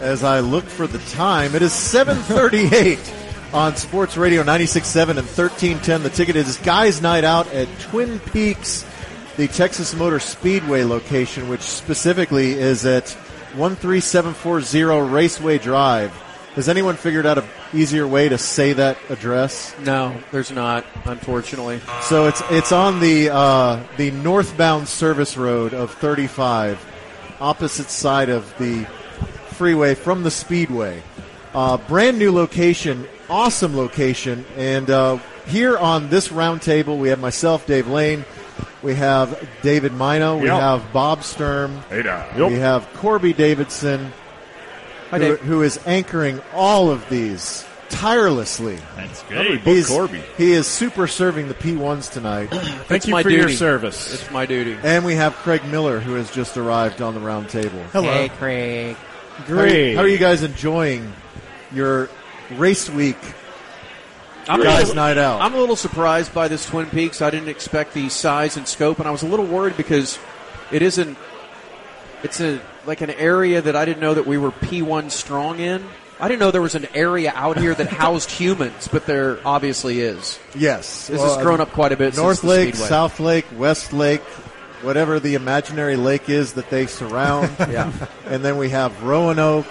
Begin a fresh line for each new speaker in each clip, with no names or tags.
as I look for the time. It is 738 on Sports Radio 96.7 and 1310. The ticket is Guys Night Out at Twin Peaks, the Texas Motor Speedway location, which specifically is at 13740 Raceway Drive. Has anyone figured out an easier way to say that address?
No, there's not, unfortunately.
So it's it's on the uh, the northbound service road of 35, opposite side of the freeway from the speedway. Uh, brand new location, awesome location, and uh, here on this roundtable we have myself, Dave Lane, we have David Mino, we
Yep.
have Bob Sturm,
Hey,
we have Corby Davidson, who-
Dave.
who is anchoring all of these tirelessly.
That's good.
He's-
Corby.
He is super serving the P1s tonight.
Thank
you for your service.
It's my duty.
and we have Craig Miller, who has just arrived on the round table.
Hello.
Hey, Craig.
How are you,
Great.
how are you guys enjoying your race week
I'm
guys'
a little-
night out?
I'm a little surprised by this Twin Peaks. I didn't expect the size and scope, and I was a little worried because it isn't. It's a like an area that I didn't know that we were P1 strong in. I didn't know there was an area out here that housed humans, but there obviously is.
yes. Uh,
This has grown up quite a bit.
North
since the
Lake,
Speedway.
South Lake, West Lake, whatever the imaginary lake is that they surround.
Yeah.
and then we have Roanoke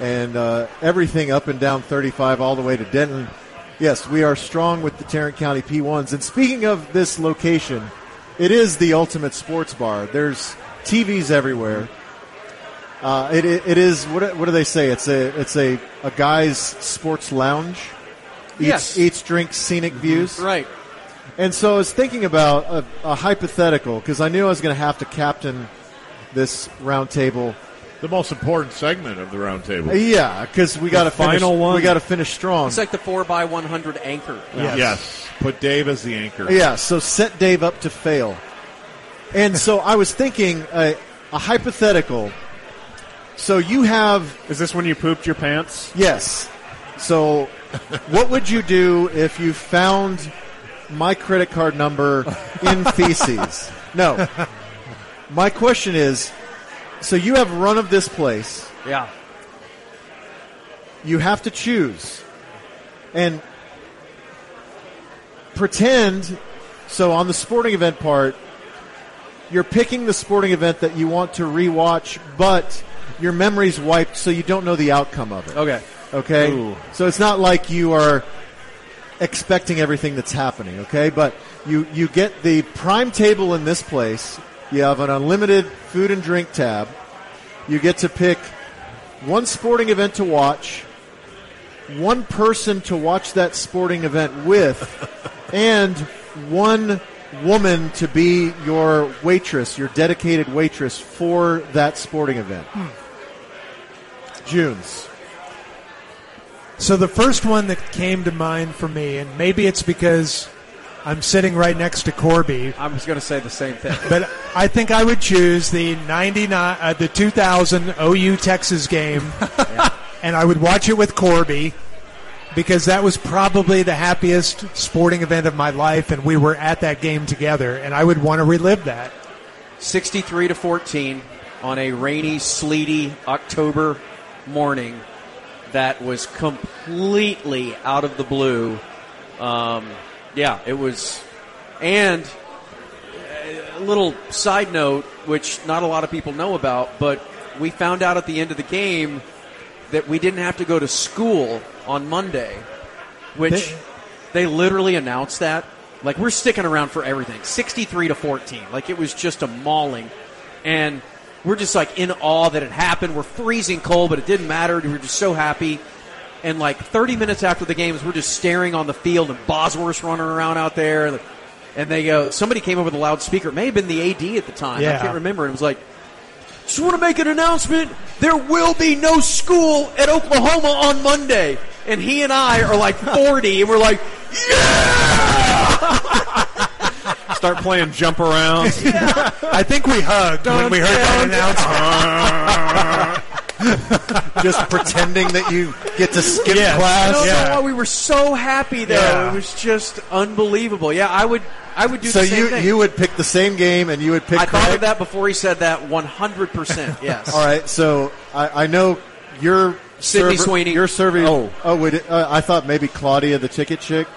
and uh, everything up and down 35 all the way to Denton. Yes, we are strong with the Tarrant County P1s. And speaking of this location, it is the ultimate sports bar. There's TVs everywhere. Uh, it, it, it is what, what do they say? It's a it's a, a guy's sports lounge. Eats,
Yes. Mm-hmm.
eats, drinks, scenic views.
Right.
And so I was thinking about a, a hypothetical because I knew I was going to have to captain this roundtable.
The most important segment of the roundtable.
Yeah, because we got to
final one.
We got to finish strong.
It's like the four by one hundred anchor.
Yes.
Yes. Put Dave as the anchor.
yeah, so set Dave up to fail. And so I was thinking a, a hypothetical. So you have
Is this when you pooped your pants?
Yes. So, what would you do if you found my credit card number in feces? No. My question is so you have run of this place,
Yeah.
you have to choose. And pretend, so on the sporting event part, you're picking the sporting event that you want to rewatch, but your memory's wiped, so you don't know the outcome of it.
Okay.
Okay?
Ooh.
So it's not like you are expecting everything that's happening, okay? But you, you get the prime table in this place. You have an unlimited food and drink tab. You get to pick one sporting event to watch, one person to watch that sporting event with, and one woman to be your waitress, your dedicated waitress for that sporting event. June's.
So the first one that came to mind for me, and maybe it's because I'm sitting right next to Corby,
I was going to say the same thing.
but I think I would choose the '99, uh, the 2000 OU Texas game, and I would watch it with Corby because that was probably the happiest sporting event of my life, and we were at that game together, and I would want to relive that.
63 to 14 on a rainy, sleety October morning that was completely out of the blue. Um, yeah, it was. And a little side note, which not a lot of people know about, but we found out at the end of the game that we didn't have to go to school on Monday, which they literally announced that. Like we're sticking around for everything, sixty-three to fourteen. Like it was just a mauling, and we're just like in awe that it happened. We're freezing cold, but it didn't matter. We were just so happy. And like thirty minutes after the games, we're just staring on the field, and Bosworth's running around out there. And they go, somebody came over the loudspeaker. It may have been the AD at the time. I
Yeah.
can't remember. And it was like, just want to make an announcement. There will be no school at Oklahoma on Monday. And he and I are like 40, and we're like,
Start playing jump around.
I think we hugged when we heard that announcement.
just pretending that you get to skip
Yes.
class.
no,
Yeah.
no, we were so happy though.
Yeah.
It was just unbelievable. Yeah, I would, I would do
So
the same
you
thing.
you would pick the same game and you would pick.
I thought
Craig?
of that before he said that 100%. Yes.
All right, so I, I know your
Sydney
server-
Sweeney.
Your survey.
Oh.
oh wait, uh, I thought maybe Claudia, the ticket chick.
No.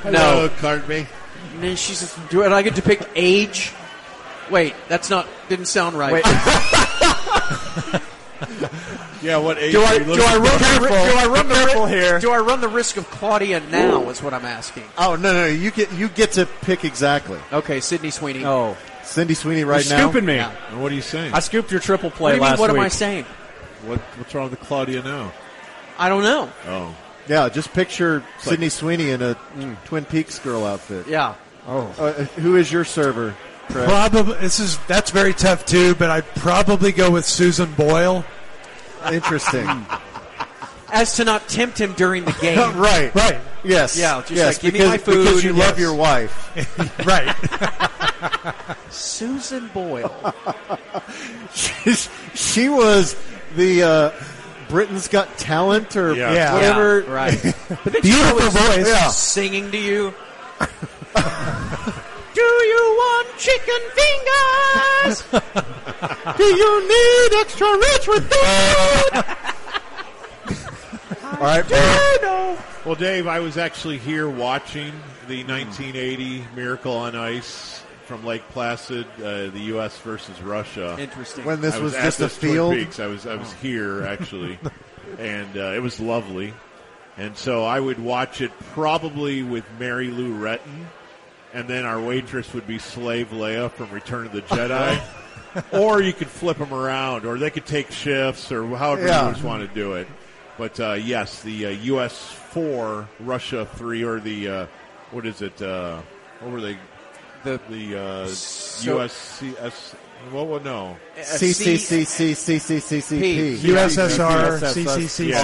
Hello,
Oh,
Cartby.
And then she says, "Do it." I get to pick age. Wait, that's not didn't sound right.
Wait.
Yeah, what age?
Do
are
I
you
do
looking
I run the, ri- do I run the
Careful
ri-
here.
Do I run the risk of Claudia now? Is what I'm asking.
Oh no, no, you get you get to pick exactly.
Okay, Sydney Sweeney.
Oh,
Cindy Sweeney right
You're
now.
scooping me.
Yeah.
for? What are you saying?
I scooped your triple
what do
play
you mean?
last
What am I
week.
saying?
What, what's wrong with Claudia now?
I don't know.
Oh,
Yeah, just picture Sydney Sweeney in a Twin Peaks girl outfit.
Mm. Yeah.
Uh, who is your server? Craig?
Probably this is that's very tough too, but I'd probably go with Susan Boyle.
Interesting.
As to not tempt him during the game.
right.
Right,
Yes.
Yeah, just
yes.
like, give me
because,
my food,
because you
yes.
love your wife.
right.
Susan Boyle.
She's- she was the uh, Britain's Got Talent or
Yeah.
Yeah.
whatever.
Yeah, right. But then
Beautiful
she was
voice. Yeah.
singing to you. Do you want chicken fingers?
Do you need extra rich with food? All right. Well,
well, Dave, I was actually here watching the 1980 Miracle on Ice from Lake Placid, uh, the U.S. versus Russia.
Interesting.
when this
I
was,
at
just a
this Twin
field.
Peaks. I was I was here actually, and uh, it was lovely. And so I would watch it probably with Mary Lou Retton, and then our waitress would be Slave Leia from Return of the Jedi. or you could flip them around, or they could take shifts, or however
Yeah.
you just want to do it. But uh, yes, the uh, U.S. four, Russia three, or the uh, what is it? Uh, what were they?
the
The uh,
So-
USCS? Well, well, no.
C C C C C C C C
P.
P.
USSR,
USSR,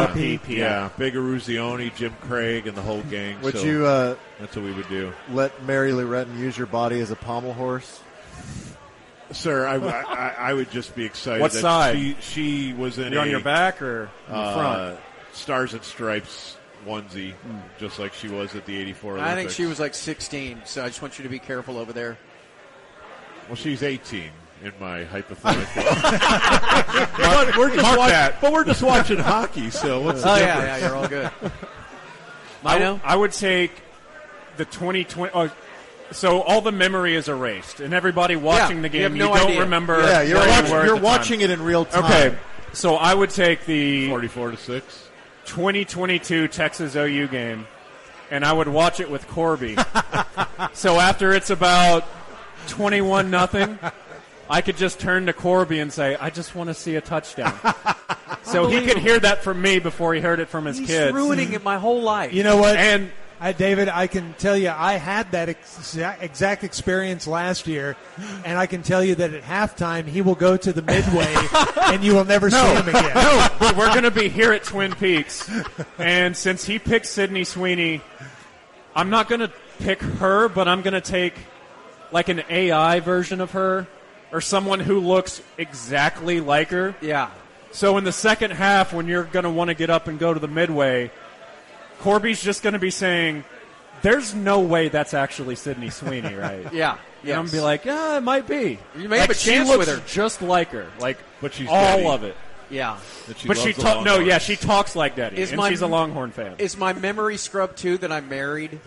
CCCCP.
Yeah, Big Aruzioni, Jim Craig, and the whole gang.
Would
so
you uh,
That's what we would do,
let Mary Lou Retton use your body as a pommel horse?
sir. I, I, I would just be excited.
What
that
side?
She, she was in
You're on
a,
your back or on
uh,
the front?
Stars and Stripes onesie, just like she was at the '84.
I think she was like 16, so I just want you to be careful over there.
Well, she's 18 in my hypothetical.
But we're just
Watch- But we're just watching hockey, so what's
Oh
the
yeah,
difference?
yeah, you're all good.
I
I know.
I would take the 2020. Oh, so all the memory is erased, and everybody watching the
you
game,
have no
don't
idea.
remember.
Yeah, you're,
where you
watch,
were at
you're
the time.
watching it in real time.
Okay, so I would take the
44 to six.
2022 Texas OU game, and I would watch it with Corby. so after it's about 21 nothing, I could just turn to Corby and say, "I just want to see a touchdown." so he could hear that from me before he heard it from his
He's
kids.
ruining it my whole life.
You know what?
and
I, Uh, David, I can tell you, I had that exa- exact experience last year, and I can tell you that at halftime he will go to the midway, and you will never see him again.
no, but Oh, we're going to be here at Twin Peaks, and since he picked Sydney Sweeney, I'm not going to pick her, but I'm going to take like an AI version of her or someone who looks exactly like her.
yeah.
So in the second half, when you're going to want to get up and go to the midway, Corby's just going to be saying, "There's no way that's actually Sydney Sweeney, right?"
Yeah.
And I'm gonna be like, "Yeah, it might be.
You may have
Like,
a chance
she looks
with her."
just like her, like
But she's
all
Debbie.
of it."
Yeah.
That
but she
loves the
ta- no,
Longhorns.
yeah, she talks like Daddy,
Is
and
my-
she's a Longhorn fan.
Is my memory scrubbed too that I'm married?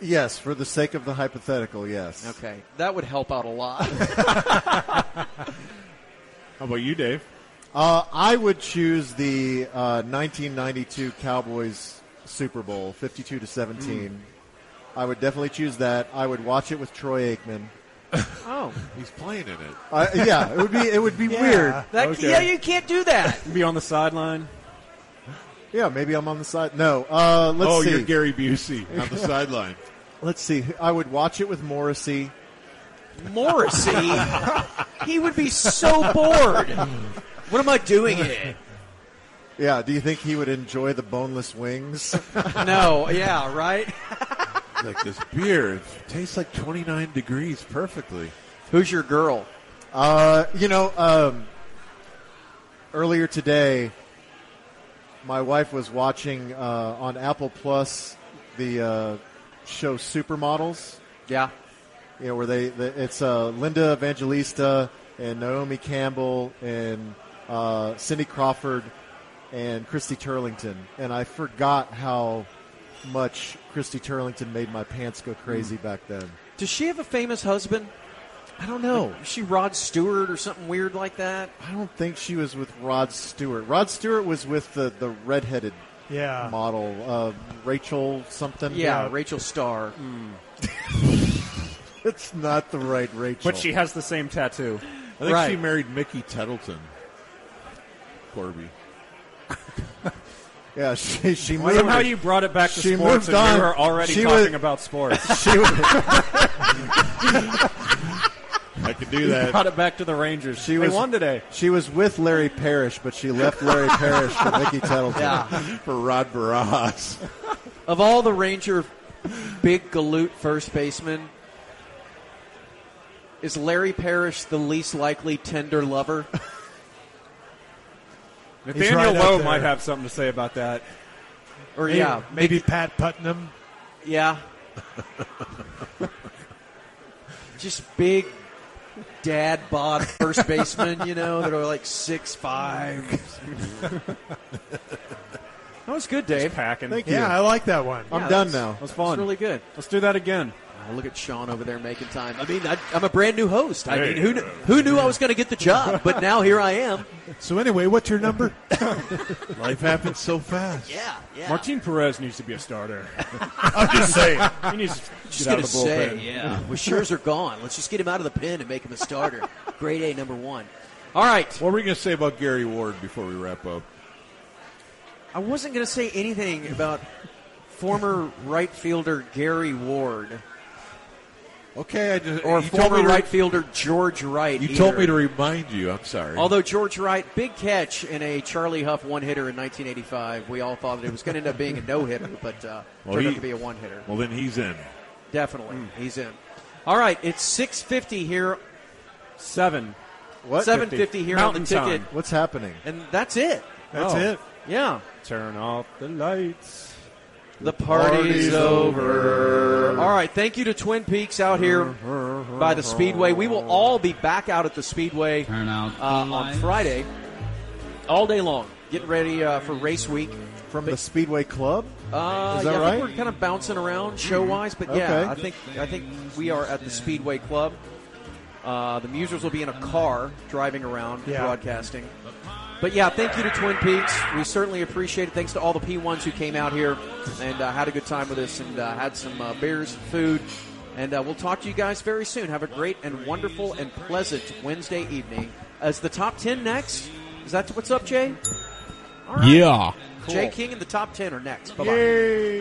Yes, for the sake of the hypothetical, yes.
Okay. That would help out a lot.
How about you, Dave?
Uh, I would choose the uh, 1992 Cowboys Super Bowl, 52 to 17.
Hmm.
I would definitely choose that. I would watch it with Troy Aikman.
oh.
He's playing in it.
Uh, yeah, it would be it would be weird.
That,
Okay.
Yeah, you can't do that.
be on the sideline.
Yeah, maybe I'm on the side. No, uh, let's
oh,
see.
you're Gary Busey on the sideline.
let's see. I would watch it with Morrissey.
Morrissey, he would be so bored. What am I doing here?
Yeah, do you think he would enjoy the boneless wings?
No. Yeah. Right.
like this beer. It tastes like 29 degrees perfectly.
Who's your girl?
Uh, you know, um, earlier today, my wife was watching uh, on Apple Plus the uh, show Supermodels.
Yeah.
You know, where they, the, it's uh, Linda Evangelista and Naomi Campbell and uh, Cindy Crawford and Christy Turlington, and I forgot how much Christy Turlington made my pants go crazy back then.
Does she have a famous husband?
I don't know.
Is she Rod Stewart or something weird like that?
I don't think she was with Rod Stewart. Rod Stewart was with the the redheaded
Ah.
Yeah.
model, uh, Rachel something.
Yeah, Rachel Starr.
it's not the right Rachel.
But she has the same tattoo.
I think she
Right.
married Mickey Tettleton. Corby.
yeah, she she moved.
Somehow you brought it back to
She moved
sports and
on.
we were already
She
talking
was-
about sports.
she was,
I could do
brought
that.
it back to the Rangers.
She
they
was-
won today.
she was with Larry Parrish, but she left Larry Parrish for Mickey Tettleton.
Yeah.
For Rod Barras.
of all the Ranger big galoot first baseman, is Larry Parrish the least likely tender lover?
Nathaniel
right up
Lowe
there.
might have something to say about that.
Or
Maybe,
yeah,
maybe Pat Putnam.
yeah. Just big dad bod first baseman, you know, that are like six five. that was good, Dave.
Packing.
Thank
Yeah, I like that one.
I'm done
Yeah, that's-
now.
That was
It's
fun.
really good.
Let's do that again.
Oh, look at Sean over there making time. I mean, I, I'm a brand new host. I
Hey.
mean, who kn- who knew I was going to get the job? But now here I am.
So anyway, what's your number?
Life happens so fast.
Yeah, yeah.
Martin Perez needs to be a starter.
I'm just saying.
He needs to
just
get out
gonna
of the
say,
bullpen.
yeah. Well, Scherzer gone. Let's just get him out of the pen and make him a starter. Grade A number one. All right.
What were we going to say about Gary Ward before we wrap up?
I wasn't going to say anything about former right fielder Gary Ward
Okay, I just
or
you told
former
me to-
right fielder George Wright.
You told
either.
me to remind you. I'm sorry.
Although George Wright, big catch in a Charlie Huff one hitter in 1985. We all thought that it was going to end up being a no hitter, but uh,
Well,
turned
he- Hmm.
out to be a one hitter.
well, then he's in.
Definitely, he's in. All right, it's 6:50 here,
Seven.
What?
7:50 here on the
Mountain
ticket,
time.
What's happening?
and that's it.
That's
Oh.
it.
Yeah,
Turn off the lights.
the party's over. All right, thank you to Twin Peaks out here by the Speedway. We will all be back out at the Speedway
Turn
uh,
out the
on
lights.
Friday, all day long, getting ready uh, for race week.
From the Speedway Club?
Uh,
Is that
yeah, I
right?
think we're kind of bouncing around show wise, but yeah,
Okay.
I think I think we are at the Speedway Club. Uh, the Musers will be in a car driving around,
Yeah.
broadcasting. But yeah, thank you to Twin Peaks. We certainly appreciate it. Thanks to all the P1s who came out here and uh, had a good time with us and uh, had some uh, beers and food. And uh, we'll talk to you guys very soon. Have a great and wonderful and pleasant Wednesday evening. As the top 10 next, is that what's up, Jay? All right.
Yeah.
Jay King and the top 10 are next. Bye bye.